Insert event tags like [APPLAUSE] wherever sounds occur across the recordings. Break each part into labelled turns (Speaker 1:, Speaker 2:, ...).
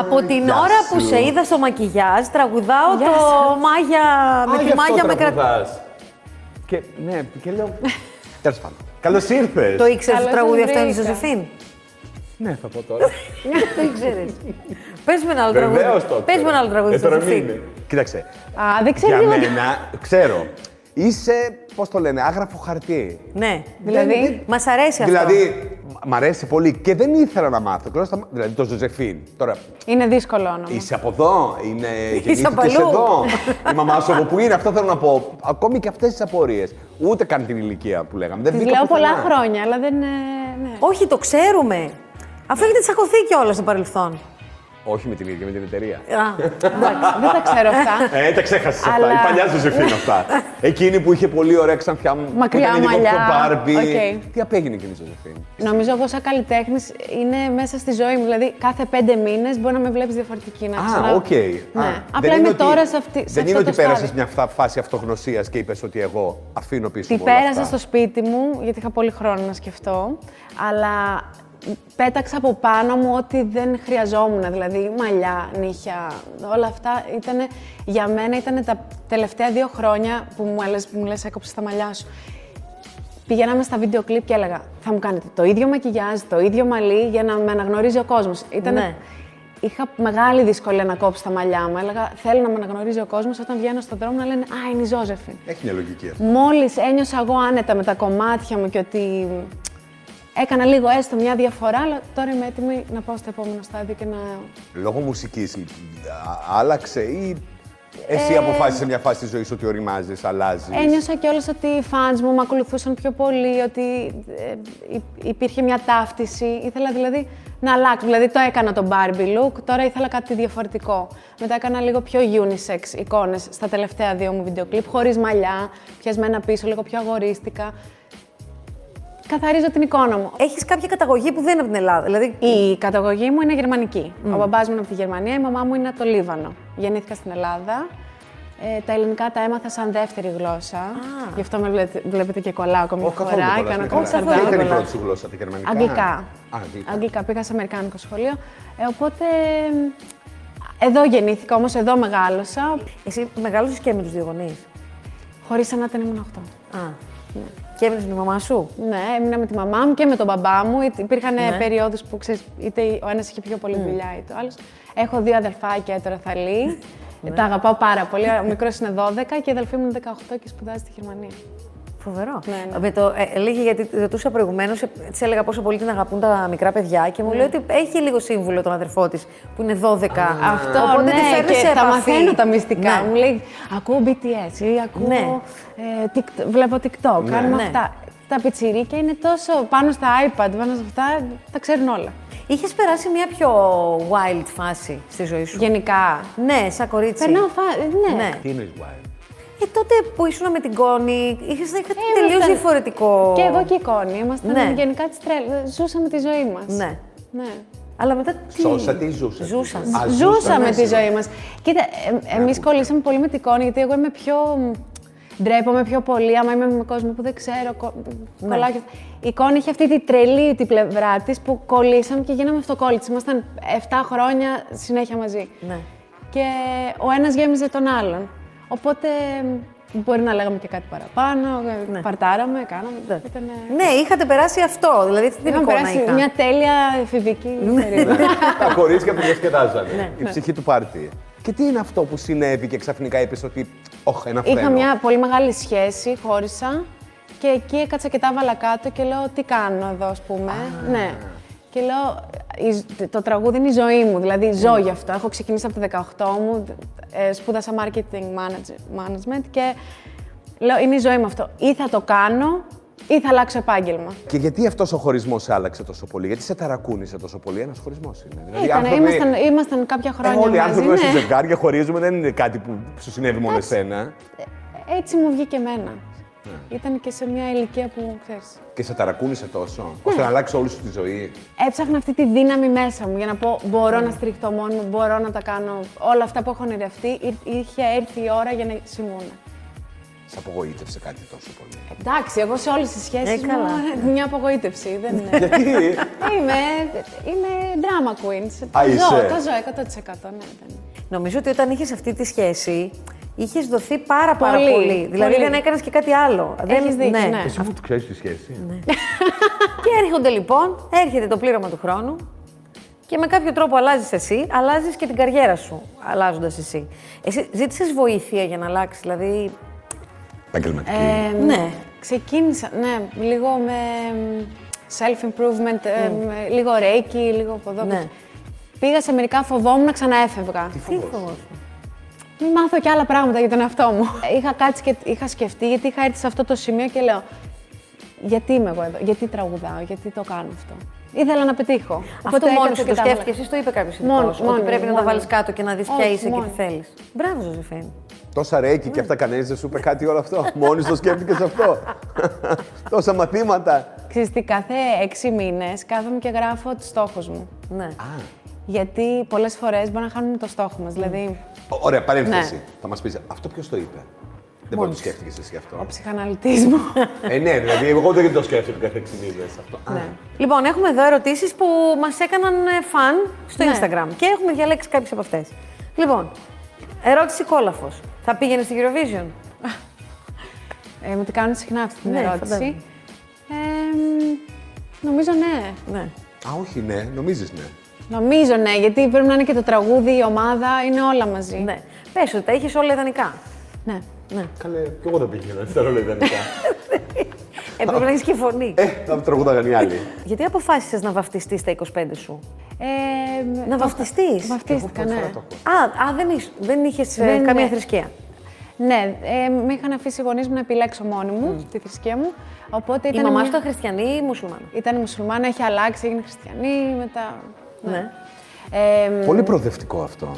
Speaker 1: Από την
Speaker 2: Ε, γεια
Speaker 1: ώρα που
Speaker 2: σου.
Speaker 1: σε είδα στο μακιγιάζ, τραγουδάω
Speaker 3: Γεια
Speaker 1: το
Speaker 3: σας.
Speaker 1: Μάγια με
Speaker 2: Α, γι'
Speaker 1: τη
Speaker 2: αυτό
Speaker 1: Μάγια με κρατάει.
Speaker 2: τραγουδάς. Και, ναι, και λέω. Τέλος πάντων. Καλώς ήρθες.
Speaker 1: Το ήξερες το
Speaker 3: Καλώς
Speaker 1: τραγούδι
Speaker 3: σας
Speaker 1: αυτό είναι η
Speaker 3: βρήκα. Ναι,
Speaker 1: Ζωζεφίν.
Speaker 2: Ναι, θα πω τώρα.
Speaker 1: Το [LAUGHS] ήξερες. Πες με ένα άλλο
Speaker 2: Βεβαίως το.
Speaker 1: τραγούδι. Πε με ένα άλλο τραγούδι.
Speaker 2: Ε,
Speaker 1: της
Speaker 2: τώρα μην
Speaker 1: Ζωζεφίν.
Speaker 2: είναι. Κοίταξε.
Speaker 3: Α,
Speaker 2: Για
Speaker 3: δεν ξέρει τίποτα.
Speaker 2: μένα, ξέρω. Είσαι, πώς το λένε, άγραφο χαρτί.
Speaker 1: Ναι.
Speaker 3: Δηλαδή,
Speaker 1: Μας αρέσει αυτό.
Speaker 2: Δηλαδή, μ' αρέσει πολύ και δεν ήθελα να μάθω. Κλώς τα- Δηλαδή, το Ζωζεφίν. Τώρα,
Speaker 3: είναι δύσκολο όνομα.
Speaker 2: είσαι από εδώ, είναι γεννήθηκες
Speaker 1: απαλού.
Speaker 2: εδώ, η μαμά σου από πού είναι, αυτό θέλω να πω. Ακόμη και αυτές τις απορίες. Ούτε καν την ηλικία που λέγαμε. Δεν
Speaker 3: Τη
Speaker 2: μπήκα
Speaker 3: λέω πολλά
Speaker 2: πουθενά.
Speaker 3: χρόνια, αλλά δεν. ε, ναι.
Speaker 1: Όχι, το ξέρουμε. Αφού έχετε τσακωθεί κιόλας στο παρελθόν.
Speaker 2: Όχι με την ίδια, με την εταιρεία.
Speaker 1: Α,
Speaker 3: Εντάξει, δεν τα ξέρω αυτά.
Speaker 2: Ε, τα ξέχασες
Speaker 3: Αλλά-
Speaker 2: αυτά. Η παλιά Ζωζεφίν
Speaker 3: [LAUGHS]
Speaker 2: αυτά. Εκείνη που είχε πολύ ωραία ξανθιά μου.
Speaker 3: Μακριά
Speaker 2: που ήταν λίγο
Speaker 3: μαλλιά.
Speaker 2: πιο Μπάρμπι.
Speaker 3: Οκ.
Speaker 2: Τι απέγινε εκείνη η Ζωζεφίν.
Speaker 3: Νομίζω εγώ σαν καλλιτέχνης είναι μέσα στη ζωή μου. Δηλαδή κάθε πέντε μήνες μπορεί να με βλέπεις διαφορετική. Να
Speaker 2: Α,
Speaker 3: ξανα-
Speaker 2: οκ.
Speaker 3: Ναι.
Speaker 2: Α, δεν
Speaker 3: Απλά
Speaker 2: είναι
Speaker 3: είμαι
Speaker 2: ότι-
Speaker 3: τώρα σε αυτή. σε
Speaker 2: Δεν είναι
Speaker 3: αυτό
Speaker 2: ότι
Speaker 3: το στάδιο.
Speaker 2: πέρασε μια φτα- φάση αυτογνωσίας και είπες ότι εγώ αφήνω πίσω.
Speaker 3: Τη
Speaker 2: μου όλα
Speaker 3: πέρασα
Speaker 2: αυτά.
Speaker 3: στο σπίτι μου, γιατί είχα πολύ χρόνο να σκεφτώ, αλλά πέταξα από πάνω μου ό,τι δεν χρειαζόμουν, δηλαδή μαλλιά, νύχια, όλα αυτά ήταν, για μένα ήταν τα τελευταία δύο χρόνια που μου λες, που μου λες έκοψες τα μαλλιά σου. Πηγαίναμε στα βίντεο κλιπ και έλεγα, θα μου κάνετε το ίδιο μακιγιάζ, το ίδιο μαλλί για να με αναγνωρίζει ο κόσμος. Ήτανε...
Speaker 1: Ναι.
Speaker 3: Είχα μεγάλη δυσκολία να κόψω τα μαλλιά μου. Έλεγα, θέλω να με αναγνωρίζει ο κόσμος όταν βγαίνω στον δρόμο να λένε «Α, είναι η Ζώζεφιν».
Speaker 2: Έχει μια λογική αυτή.
Speaker 3: Μόλις ένιωσα εγώ άνετα με τα κομμάτια μου και ότι έκανα λίγο έστω μια διαφορά, αλλά τώρα είμαι έτοιμη να πάω στο επόμενο στάδιο και να...
Speaker 2: Λόγω μουσικής άλλαξε ή εσύ
Speaker 3: Ε,
Speaker 2: αποφάσισες μια φάση της ζωής ότι οριμάζεις, αλλάζεις.
Speaker 3: Ένιωσα κιόλας ότι οι fans μου με ακολουθούσαν πιο πολύ, ότι ε, υ- υπήρχε μια ταύτιση. Ήθελα δηλαδή να αλλάξω. Δηλαδή το έκανα το Barbie look, τώρα ήθελα κάτι διαφορετικό. Μετά έκανα λίγο πιο unisex εικόνες στα τελευταία δύο μου βίντεο κλιπ, χωρίς μαλλιά, πιασμένα πίσω, λίγο πιο αγορίστηκα. Καθαρίζω την εικόνα μου.
Speaker 1: έχεις κάποια καταγωγή που δεν είναι από την Ελλάδα. Δηλαδή,
Speaker 3: Η καταγωγή μου είναι γερμανική. Ο μπαμπάς μου είναι από τη Γερμανία, η μαμά μου είναι από το Λίβανο. Γεννήθηκα στην Ελλάδα. Ε, τα ελληνικά τα έμαθα σαν δεύτερη γλώσσα. Γι' αυτό με βλέπετε, βλέπετε και κολλάω ακόμη μια
Speaker 2: Όχι, καθόλου δεν
Speaker 3: φορά.
Speaker 2: κολλάς,
Speaker 3: Κάνω
Speaker 2: ναι.
Speaker 3: ακόμη
Speaker 1: Όχι, καθόλου
Speaker 2: Ποια
Speaker 1: δεν
Speaker 2: ήταν η
Speaker 1: κολλάς.
Speaker 3: σαρδάμ.
Speaker 2: πρώτη σου γλώσσα, τα γερμανικά.
Speaker 3: Αγγλικά.
Speaker 2: Α, αγγλικά.
Speaker 3: Αγγλικά. Πήγα σε αμερικάνικο σχολείο. Ε, οπότε ε, εδώ γεννήθηκα όμως, εδώ μεγάλωσα.
Speaker 1: εσύ μεγάλωσες και με τους δύο γονείς.
Speaker 3: Χωρίς ανάτεν ήμουν 8.
Speaker 1: Α. Και έμεινε Ναι. με τη μαμά σου.
Speaker 3: Ναι, έμεινα με τη μαμά μου και με τον μπαμπά μου. Ή- Υπήρχαν
Speaker 1: Ναι.
Speaker 3: περιόδους που ξέρεις, είτε ο ένας είχε πιο πολύ δουλειά ή το άλλος. Έχω δύο αδελφάκια τώρα θα λύει.
Speaker 1: Ναι.
Speaker 3: Τα αγαπάω πάρα πολύ. Ο μικρός είναι 12 και η αδελφή μου είναι 18 και σπουδάζει στη Γερμανία.
Speaker 1: Φοβερό.
Speaker 3: Ναι, ναι.
Speaker 1: Με το, ε, λέγε, γιατί ρωτούσα προηγουμένως, της έλεγα πόσο πολύ την αγαπούν τα μικρά παιδιά
Speaker 3: Ναι.
Speaker 1: και μου λέει ότι έχει λίγο σύμβουλο τον αδερφό της που είναι 12.
Speaker 3: Αυτό
Speaker 1: Οπότε
Speaker 3: ναι,
Speaker 1: τη φέρνει
Speaker 3: και
Speaker 1: σε
Speaker 3: τα
Speaker 1: επαφή.
Speaker 3: μαθαίνω τα μυστικά.
Speaker 1: Ναι.
Speaker 3: Μου λέει, ακούω BTS ή ακούω,
Speaker 1: Ναι.
Speaker 3: ε, TikTok, βλέπω TikTok, κάνουμε
Speaker 1: Ναι.
Speaker 3: αυτά. Τα πιτσιρίκια είναι τόσο πάνω στα iPad, πάνω σε αυτά, τα ξέρουν όλα.
Speaker 1: Είχες περάσει μια πιο wild φάση στη ζωή σου.
Speaker 3: Γενικά,
Speaker 1: Ναι, σαν κορίτσι.
Speaker 3: περνάω φα... ναι.
Speaker 1: Ναι.
Speaker 2: Τι εννοείς, Wild.
Speaker 1: Ε, τότε που ήσουν με την Κόνη, είχες να είχατε
Speaker 3: Ε, Ήμασταν-
Speaker 1: τελείω διαφορετικό.
Speaker 3: Και εγώ και η Κόνη. Ήμασταν
Speaker 1: Ναι.
Speaker 3: γενικά τη τρέλα. Ζούσαμε τη ζωή μας.
Speaker 1: Ναι.
Speaker 3: ναι.
Speaker 1: Αλλά μετά τι.
Speaker 2: Σώσα τη ζούσα.
Speaker 1: Ζούσαν.
Speaker 2: Α,
Speaker 3: Ζούσαμε
Speaker 2: ναι.
Speaker 3: τη ζωή μας. Κοίτα, εμεί κολλήσαμε πολύ με την Κόνη, γιατί εγώ είμαι πιο. μ, Ντρέπομαι πιο πολύ άμα είμαι με κόσμο που δεν ξέρω. Κο... κολλάω και... Η Κόνη είχε αυτή τη τρελή την πλευρά της που κολλήσαμε και γίναμε αυτοκόλλητες. Ήμασταν 7 χρόνια συνέχεια μαζί.
Speaker 1: Ναι.
Speaker 3: Και ο ένας γέμιζε τον άλλον. Οπότε μ, μπορεί να λέγαμε και κάτι παραπάνω. ε, Παρτάραμε, κάναμε. Ήτανε...
Speaker 1: Ναι, είχατε περάσει αυτό. Δηλαδή αυτή την
Speaker 3: Είχαμε
Speaker 1: εικόνα
Speaker 3: περάσει
Speaker 1: είχα.
Speaker 3: μια τέλεια εφηβική
Speaker 2: Ναι,
Speaker 3: περίοδο.
Speaker 2: Τα κορίτσια που
Speaker 3: Ναι,
Speaker 2: διασκεδάζανε. Η ψυχή του πάρτι. Και τι είναι αυτό που συνέβη και ξαφνικά είπες ότι. Ωχ, ένα φρένο.
Speaker 3: Είχα μια πολύ μεγάλη σχέση, χώρισα και εκεί έκατσα και τα έβαλα κάτω και λέω τι κάνω εδώ, ας πούμε. Ναι. Και λέω, η ζ- το τραγούδι είναι η ζωή μου, δηλαδή ζω
Speaker 2: Ναι.
Speaker 3: γι' αυτό. Έχω ξεκινήσει από τα 18 μου, ε, σπούδασα marketing manage- management και λέω είναι η ζωή μου αυτό. Ή θα το κάνω ή θα αλλάξω επάγγελμα.
Speaker 2: Και γιατί αυτός ο χωρισμός άλλαξε τόσο πολύ, Γιατί σε ταρακούνησε τόσο πολύ. Ένας χωρισμός είναι. Δηλαδή,
Speaker 3: Ήτανε,
Speaker 2: άνθρωποι-
Speaker 3: ήμασταν, ήμασταν κάποια
Speaker 2: Ε,
Speaker 3: χρόνια
Speaker 2: όλοι οι
Speaker 3: μαζί,
Speaker 2: άνθρωποι μέσα σε
Speaker 3: ναι.
Speaker 2: ζευγάρια χωρίζουμε, δεν είναι κάτι που σου συνέβη μόνο εσένα.
Speaker 3: Έτσι μου βγήκε εμένα.
Speaker 2: Ναι.
Speaker 3: Ήταν και σε μια ηλικία που ξέρεις.
Speaker 2: Και σε ταρακούνησε τόσο,
Speaker 3: Ναι.
Speaker 2: ώστε να αλλάξει όλη σου τη ζωή.
Speaker 3: Έψαχνα αυτή τη δύναμη μέσα μου για να πω μπορώ να στηριχτώ μόνο, μου, μπορώ να τα κάνω όλα αυτά που έχω ονειρευτεί. Ή- Είχε έρθει η ώρα για να συμβούν.
Speaker 2: Σε απογοήτευσε κάτι τόσο πολύ.
Speaker 3: Εντάξει, εγώ σε όλες τις σχέσεις
Speaker 1: Ε,
Speaker 3: μου
Speaker 1: καλά.
Speaker 3: ε, μια απογοήτευση. Δεν
Speaker 1: [LAUGHS]
Speaker 3: είναι.
Speaker 2: Γιατί.
Speaker 3: είμαι, είμαι drama queen.
Speaker 2: Α,
Speaker 3: Τα ζω,
Speaker 2: είσαι.
Speaker 3: τα ζω 100%. Ναι, δεν.
Speaker 1: Νομίζω ότι όταν είχες αυτή τη σχέση, είχες δοθεί πάρα πάρα πολύ.
Speaker 3: Πολύ,
Speaker 1: Δηλαδή
Speaker 3: πολύ.
Speaker 1: δεν έκανες και κάτι άλλο.
Speaker 3: Έχεις δίκιο, ναι.
Speaker 2: Εσύ μου το ξέρεις τη σχέση.
Speaker 1: Και έρχονται λοιπόν, έρχεται το πλήρωμα του χρόνου και με κάποιο τρόπο αλλάζεις εσύ, αλλάζεις και την καριέρα σου αλλάζοντας εσύ. Εσύ ζήτησες βοήθεια για να αλλάξεις, δηλαδή.
Speaker 2: Επαγγελματική.
Speaker 3: Ε,
Speaker 1: Ναι.
Speaker 3: Ξεκίνησα, ναι, λίγο με μ, self-improvement, ε, με λίγο reiki, λίγο από εδώ. από
Speaker 1: Mm. Ναι.
Speaker 3: εκεί. Πήγα σε μερικά, φοβόμουν, ξαναέφευγα.
Speaker 1: Τι φοβόσου.
Speaker 3: Μην μάθω και άλλα πράγματα για τον εαυτό μου. Ε, Είχα κάτσει και είχα σκεφτεί, γιατί είχα έρθει σε αυτό το σημείο και λέω γιατί είμαι εγώ εδώ, γιατί τραγουδάω, γιατί το κάνω αυτό. Ήθελα να πετύχω.
Speaker 1: Αυτό μόνο
Speaker 3: έκατσα
Speaker 1: σου
Speaker 3: και
Speaker 1: το
Speaker 3: τα έβαλα.
Speaker 1: σκέφτηκες, εσύ το είπε κάποιος
Speaker 3: Μόνη-
Speaker 1: ειδικό. σου, Ότι
Speaker 3: μόνη
Speaker 1: πρέπει
Speaker 3: μου,
Speaker 1: να τα
Speaker 3: μόνη
Speaker 1: βάλεις
Speaker 3: μου.
Speaker 1: κάτω και να δεις ποια
Speaker 3: Όχι,
Speaker 1: είσαι και
Speaker 3: μόνη
Speaker 1: τι
Speaker 3: μου.
Speaker 1: θέλεις. Μπράβο, Ζωζεφίνη.
Speaker 2: Τόσα ρέκι και αυτά κανένας δεν σου είπε κάτι όλο [LAUGHS] αυτό. Μόνοι το σκέφτηκες αυτό. Τόσα μαθήματα.
Speaker 3: Ξέρεις τι, κάθε έξι μήνες κάθομαι και γράφω τους στόχους μου.
Speaker 1: Ναι.
Speaker 3: Γιατί πολλές φορές μπορεί να χάνουμε το στόχο μας. Δηλαδή,
Speaker 2: Ω- Ωραία, παρένθεση.
Speaker 3: Ναι.
Speaker 2: Θα μας πεις αυτό ποιος το είπε. Δεν μπορεί να το σκέφτηκες εσύ αυτό.
Speaker 3: ο ψυχαναλυτής μου.
Speaker 1: [LAUGHS]
Speaker 2: ε, ναι, δηλαδή εγώ δεν το σκέφτομαι κάθε εξημίδε αυτό. Α,
Speaker 3: ναι.
Speaker 1: Λοιπόν, έχουμε εδώ ερωτήσεις που μας έκαναν ε, φαν στο
Speaker 3: Ναι.
Speaker 1: Instagram και έχουμε διαλέξει κάποιες από αυτές. Λοιπόν, ερώτηση κόλαφος. Θα πήγαινε στην Eurovision.
Speaker 3: Ε, μου την κάνουν συχνά αυτή την
Speaker 1: Ναι, φαντάζομαι.
Speaker 3: ερώτηση. Ε, μ, νομίζω ναι.
Speaker 1: Ναι.
Speaker 2: Α, όχι, ναι, νομίζεις ναι.
Speaker 3: Νομίζω ναι, γιατί πρέπει να είναι και το τραγούδι, η ομάδα, είναι όλα μαζί.
Speaker 1: ναι. Πες ότι τα είχες όλα ιδανικά.
Speaker 3: ναι.
Speaker 2: Καλέ, κι εγώ δεν πήγαινα στα ρόλο ιδανικά.
Speaker 1: Έπρεπε να έχεις και φωνή.
Speaker 2: ε, θα τραγούδαγαν οι άλλοι.
Speaker 1: Γιατί αποφάσισες να βαφτιστείς τα 25 σου.
Speaker 3: Ε,
Speaker 1: Να
Speaker 3: το-
Speaker 1: βαφτιστείς.
Speaker 3: Βαφτίστηκα,
Speaker 2: Πρώτη
Speaker 3: ναι.
Speaker 2: φορά το ακούω.
Speaker 1: Α, α δεν, είσαι, δεν είχες ε,
Speaker 3: Δεν-
Speaker 1: καμία
Speaker 3: ναι.
Speaker 1: θρησκεία.
Speaker 3: Ναι, ε, με είχαν αφήσει οι γονείς μου να επιλέξω μόνη μου τη θρησκεία μου. Οπότε
Speaker 1: Η
Speaker 3: ήταν.
Speaker 1: μαμά
Speaker 3: μια-
Speaker 1: σου ήταν χριστιανή ή μουσουλμάνα.
Speaker 3: Ήταν μουσουλμάνα, έχει αλλάξει, έγινε χριστιανή, μετά.
Speaker 1: Ναι.
Speaker 3: Ε,
Speaker 2: Πολύ προοδευτικό αυτό.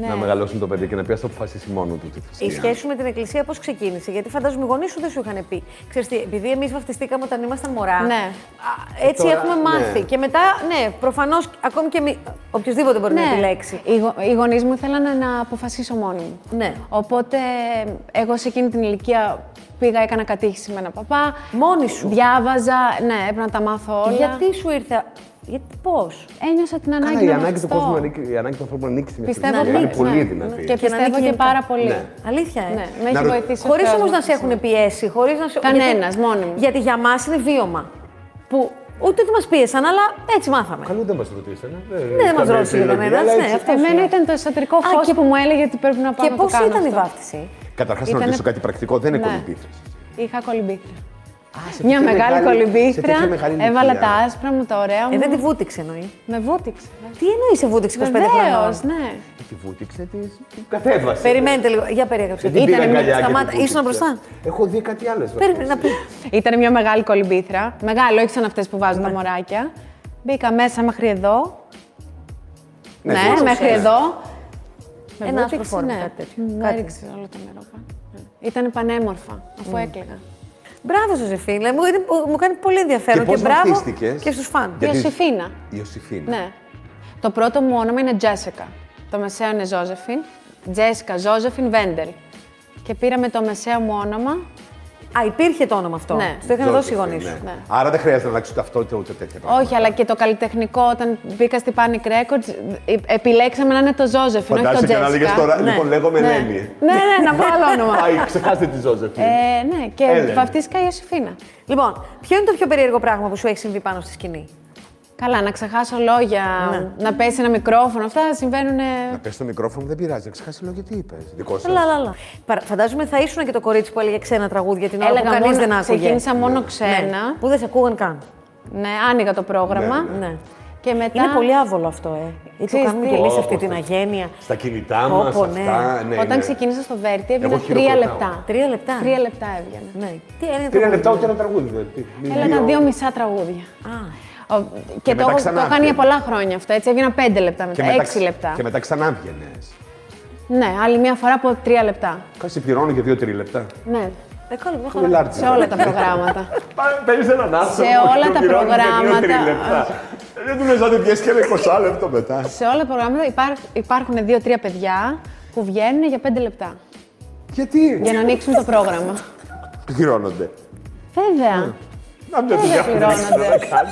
Speaker 3: Ναι.
Speaker 2: Να μεγαλώσουν το παιδί και να πει ας το αποφασίσει μόνο του τη θρησκεία.
Speaker 1: Η σχέση σου με την Εκκλησία πώς ξεκίνησε, Γιατί φαντάζομαι οι γονείς σου δεν σου είχαν πει. Ξέρεις τι, επειδή εμείς βαφτιστήκαμε όταν ήμασταν μωρά.
Speaker 3: Ναι.
Speaker 1: α, Έτσι
Speaker 2: Τώρα,
Speaker 1: έχουμε μάθει.
Speaker 2: ναι.
Speaker 1: Και μετά, ναι, προφανώς ακόμη και εμεί. Οποιοδήποτε μπορεί
Speaker 3: Ναι.
Speaker 1: να επιλέξει.
Speaker 3: Οι, γο- οι γονείς μου ήθελαν να αποφασίσω μόνη μου.
Speaker 1: Ναι.
Speaker 3: Οπότε εγώ σε εκείνη την ηλικία πήγα, έκανα κατήχηση με έναν παπά.
Speaker 1: Μόνη σου.
Speaker 3: Διάβαζα, ναι, έπρεπε να τα μάθω όλα.
Speaker 1: Γιατί σου ήρθε. Γιατί πώς.
Speaker 3: Ένιωσα την ανάγκη
Speaker 2: Καλά,
Speaker 3: να
Speaker 2: η ανάγκη, του
Speaker 3: βαφτιστώ.
Speaker 2: κόσμου, να ανοίξει- η ανάγκη του ανθρώπου να ανοίξει μια
Speaker 3: Πιστεύω
Speaker 2: θρησκεία είναι
Speaker 3: ναι.
Speaker 2: Δηλαδή, πολύ
Speaker 3: Ναι.
Speaker 2: δυνατή.
Speaker 3: Και
Speaker 1: Και να
Speaker 3: πιστεύω και
Speaker 1: ανήκει
Speaker 3: πάρα
Speaker 1: γενικά.
Speaker 3: πολύ.
Speaker 2: Ναι.
Speaker 1: Αλήθεια, ε.
Speaker 3: Ναι, με έχει
Speaker 2: Να ρω-
Speaker 3: βοηθήσει. ο
Speaker 1: Χωρίς
Speaker 3: Θεός
Speaker 1: όμως να
Speaker 3: μας.
Speaker 1: σε έχουν πιέσει, χωρίς να σε.
Speaker 3: Κανένας,
Speaker 1: γιατί-
Speaker 3: μόνη μου.
Speaker 1: Γιατί για μας είναι βίωμα. Που ούτε ότι μας πίεσαν, αλλά έτσι μάθαμε.
Speaker 2: Καλό δεν μας ρωτήσανε. Ε,
Speaker 1: Ναι, δεν μας ρώτησε για κανένα. Ναι, αυτό σου
Speaker 3: Εμένα
Speaker 1: λέω.
Speaker 3: ήταν το εσωτερικό
Speaker 1: Α,
Speaker 3: φως
Speaker 1: και-
Speaker 3: που μου έλεγε ότι πρέπει να πάω
Speaker 1: Και
Speaker 3: να
Speaker 1: πώ
Speaker 3: το κάνω
Speaker 1: ήταν η
Speaker 3: αυτό.
Speaker 1: βάφτιση.
Speaker 2: Καταρχάς, να
Speaker 3: Ήτανε-
Speaker 2: ρωτήσω κάτι πρακτικό. Δεν είναι
Speaker 3: Ναι.
Speaker 2: κολυμπήθρε.
Speaker 3: Είχα κολυμπήθρα.
Speaker 2: σε
Speaker 3: Μια
Speaker 2: τέτοια
Speaker 3: μεγάλη,
Speaker 2: μεγάλη- σε
Speaker 3: κολυμπήθρα.
Speaker 2: τέτοια μεγάλη
Speaker 3: Έβαλα
Speaker 2: ηλικία.
Speaker 3: τα άσπρα μου, τα ωραία μου.
Speaker 1: Ε, δεν τη βούτυξε εννοεί.
Speaker 3: Με βούτυξε.
Speaker 1: Τι εννοείς σε βούτυξε 25
Speaker 3: Βεβαίως,
Speaker 1: χρόνια.
Speaker 3: ναι.
Speaker 2: Τη βούτυξε, τη την κατέβασε.
Speaker 1: Περιμένετε λίγο. Για περιέγραψε.
Speaker 2: Δεν την πήρε αγκαλιά και
Speaker 1: Σταμάτα.
Speaker 2: την βούτυξε.
Speaker 1: Ήσουν μπροστά.
Speaker 2: Έχω δει κάτι άλλο. σε
Speaker 1: Περίμενε να
Speaker 2: αυτό.
Speaker 1: πει.
Speaker 3: Ήταν μια μεγάλη κολυμπήθρα. Μεγάλο, όχι σαν αυτές που βάζουν τα μωράκια. Μπήκα μέσα μέχρι εδώ. Ναι,
Speaker 2: βούτυξε.
Speaker 3: μέχρι εδώ. Με
Speaker 1: Ένα
Speaker 3: βούτυξε,
Speaker 1: άσπρο φόρμα,
Speaker 3: ναι.
Speaker 1: κάτι τέτοιο.
Speaker 3: Μου
Speaker 1: Κάτι.
Speaker 3: έριξε όλο το νερό πάνω. Ήταν πανέμορφα, Mm. αφού έκλαιγα.
Speaker 1: Μπράβο, Ζωζεφίλε. Μου, είναι- μου κάνει πολύ
Speaker 2: Και
Speaker 1: ενδιαφέρον.
Speaker 2: πώς
Speaker 1: μπράβο
Speaker 2: βαφτίστηκε.
Speaker 1: και στους φαν.
Speaker 3: Για- Ιωσήφινα.
Speaker 2: Ιωσήφινα.
Speaker 3: Ναι. Το πρώτο μου όνομα είναι Τζέσικα. Το μεσαίο είναι Ζόζεφιν. Τζέσικα Ζόζεφιν Βέντελ. Και πήραμε το μεσαίο μου όνομα.
Speaker 1: Α, υπήρχε το όνομα αυτό.
Speaker 3: Ναι.
Speaker 1: Στο είχαν
Speaker 2: Ζόρτες,
Speaker 1: δώσει οι γονείς
Speaker 2: ναι.
Speaker 1: σου.
Speaker 3: Ναι.
Speaker 2: Άρα δεν χρειάζεται να αλλάξει ταυτότητα ούτε τέτοια πράγματα.
Speaker 3: Όχι, αλλά και το καλλιτεχνικό, όταν μπήκα στη Panic Records, ε, επιλέξαμε να είναι το Ζόζεφιν, όχι το
Speaker 2: Φαντάζεσαι και να λέγες
Speaker 3: Τζέσικα.
Speaker 2: τώρα.
Speaker 1: Ναι.
Speaker 2: Λοιπόν, λέγομαι
Speaker 3: ναι.
Speaker 2: Ελένη.
Speaker 3: ναι, ναι, να βάλω όνομα.
Speaker 2: [LAUGHS] Άι, ξεχάστε τη Ζώζεφη.
Speaker 3: ε, ναι, και
Speaker 2: Έλενε.
Speaker 3: βαφτίστηκα Ιωσήφινα.
Speaker 1: Λοιπόν, ποιο είναι το πιο περίεργο πράγμα που σου έχει συμβεί πάνω στη σκηνή.
Speaker 3: Καλά, να ξεχάσω λόγια,
Speaker 1: Ναι.
Speaker 3: να πέσει ένα μικρόφωνο, αυτά συμβαίνουν. ε,
Speaker 2: Να πες στο μικρόφωνο, δεν πειράζει. Να ξεχάσει λόγια τι είπες. Δικό σας.
Speaker 1: Λα, λα, λα. Παρα- Φαντάζομαι θα ήσουν και το κορίτσι που έλεγε ξένα τραγούδια την ώρα που
Speaker 3: Έλεγα
Speaker 1: κανείς Ναι. δεν
Speaker 3: μόνο,
Speaker 1: άκουγε.
Speaker 3: ξεκίνησα μόνο
Speaker 1: Ναι,
Speaker 3: ξένα.
Speaker 1: Που δεν σε ακούγαν καν.
Speaker 3: Ναι, άνοιγα το πρόγραμμα.
Speaker 2: Ναι,
Speaker 1: Ναι.
Speaker 3: Και μετά...
Speaker 1: Είναι πολύ άβολο αυτό, ε. Ή το
Speaker 3: Ξέρεις
Speaker 1: κάνουμε
Speaker 3: τι.
Speaker 1: και εμεί
Speaker 2: Ω,
Speaker 1: αυτή
Speaker 2: πώς
Speaker 1: την
Speaker 2: το-
Speaker 1: αγένεια.
Speaker 2: Στα κινητά
Speaker 1: Πω,
Speaker 2: μα.
Speaker 1: πω, ναι.
Speaker 2: Αυτά, ναι,
Speaker 3: Όταν
Speaker 2: ναι.
Speaker 3: ξεκίνησα στο Βέρτι έβγαινα
Speaker 2: Εγώ
Speaker 3: τρία
Speaker 2: χειροκροτάω.
Speaker 3: λεπτά.
Speaker 1: Τρία λεπτά.
Speaker 3: Τρία λεπτά έβγαινα.
Speaker 1: Ναι. Τι έλεγε το
Speaker 2: Τρία λεπτά
Speaker 1: κορίτσι.
Speaker 2: ούτε ένα τραγούδι. δεν- τι- μη-
Speaker 3: Έλεγα δύο μισά τραγούδια.
Speaker 1: Α.
Speaker 3: Ο-
Speaker 2: Ναι.
Speaker 3: Και, το,
Speaker 2: μετά
Speaker 3: έχω- το
Speaker 2: ξανά
Speaker 3: είχα
Speaker 2: έβγαινε.
Speaker 3: κάνει για πολλά χρόνια αυτό. Έτσι έβγαινα πέντε λεπτά μετά, έξι
Speaker 2: ξ-
Speaker 3: λεπτά.
Speaker 2: Και μετά ξανά βγαινε.
Speaker 3: Ναι, άλλη μια φορά από τρία λεπτά.
Speaker 2: Κάση πληρώνω για δύο-τρία λεπτά.
Speaker 3: Ναι,
Speaker 1: Ε, κόλλη, μια χαρά.
Speaker 2: Λάρτζι.
Speaker 3: σε
Speaker 2: [LAUGHS]
Speaker 3: όλα τα προγράμματα.
Speaker 2: Παίρνεις έναν άνθρωπο.
Speaker 3: Σε όλα
Speaker 2: τον
Speaker 3: τα
Speaker 2: πληρώνεις για
Speaker 3: προγράμματα.
Speaker 2: δύο-τρία λεπτά. Δεν του λες να την πιέσει και ένα 20 λεπτό μετά.
Speaker 3: σε όλα τα προγράμματα υπάρχουν δύο-τρία παιδιά που βγαίνουν για πέντε λεπτά.
Speaker 2: Γιατί
Speaker 3: για να ανοίξουν το πρόγραμμα.
Speaker 2: πληρώνονται. Ναι.
Speaker 3: Βέβαια.
Speaker 4: Να
Speaker 3: Ε,
Speaker 4: μια δουλειά που δεν ξέρω να κάνω.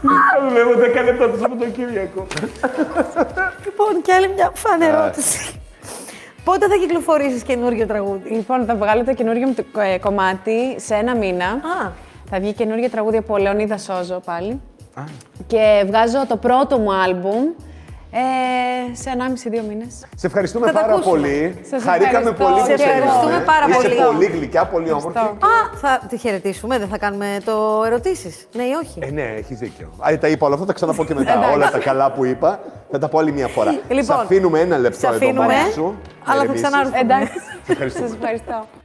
Speaker 4: Να δουλεύω 10 λεπτά το Σαββατοκύριακο.
Speaker 1: Λοιπόν, και άλλη μια φαν ερώτηση. Πότε θα κυκλοφορήσει καινούργιο τραγούδι.
Speaker 3: Λοιπόν, θα βγάλω το καινούργιο μου το- ε, κομμάτι σε ένα μήνα.
Speaker 1: Α.
Speaker 3: Θα βγει καινούργια τραγούδια από Λεωνίδα Σόζο πάλι. Και βγάζω το πρώτο μου άλμπουμ ε, σε 1,5-2 μήνες.
Speaker 2: Σε ευχαριστούμε
Speaker 1: Θα τα
Speaker 2: πάρα
Speaker 1: ακούσουμε.
Speaker 2: πολύ.
Speaker 3: Σας
Speaker 2: Χαρήκαμε
Speaker 3: ευχαριστώ.
Speaker 2: πολύ που
Speaker 3: Σε
Speaker 2: σε
Speaker 1: ευχαριστούμε
Speaker 2: είδαμε.
Speaker 1: πάρα πολύ.
Speaker 2: Είσαι πολύ γλυκιά, πολύ όμορφη.
Speaker 1: Α, θα τη χαιρετήσουμε, δεν θα κάνουμε το ερωτήσεις. Ναι ή όχι.
Speaker 2: Ε, ναι, έχεις δίκιο. Α, τα είπα όλα αυτά, τα ξαναπώ και μετά. όλα τα καλά που είπα, θα τα πω άλλη μια φορά.
Speaker 1: Λοιπόν,
Speaker 2: σε αφήνουμε ένα λεπτό
Speaker 1: σε αφήνουμε,
Speaker 2: εδώ μόνη σου. να
Speaker 1: αλλά θα
Speaker 2: ηρεμήσεις.
Speaker 1: ξανάρθουμε.
Speaker 3: Εντάξει.
Speaker 2: ευχαριστούμε.
Speaker 3: Σας ευχαριστώ.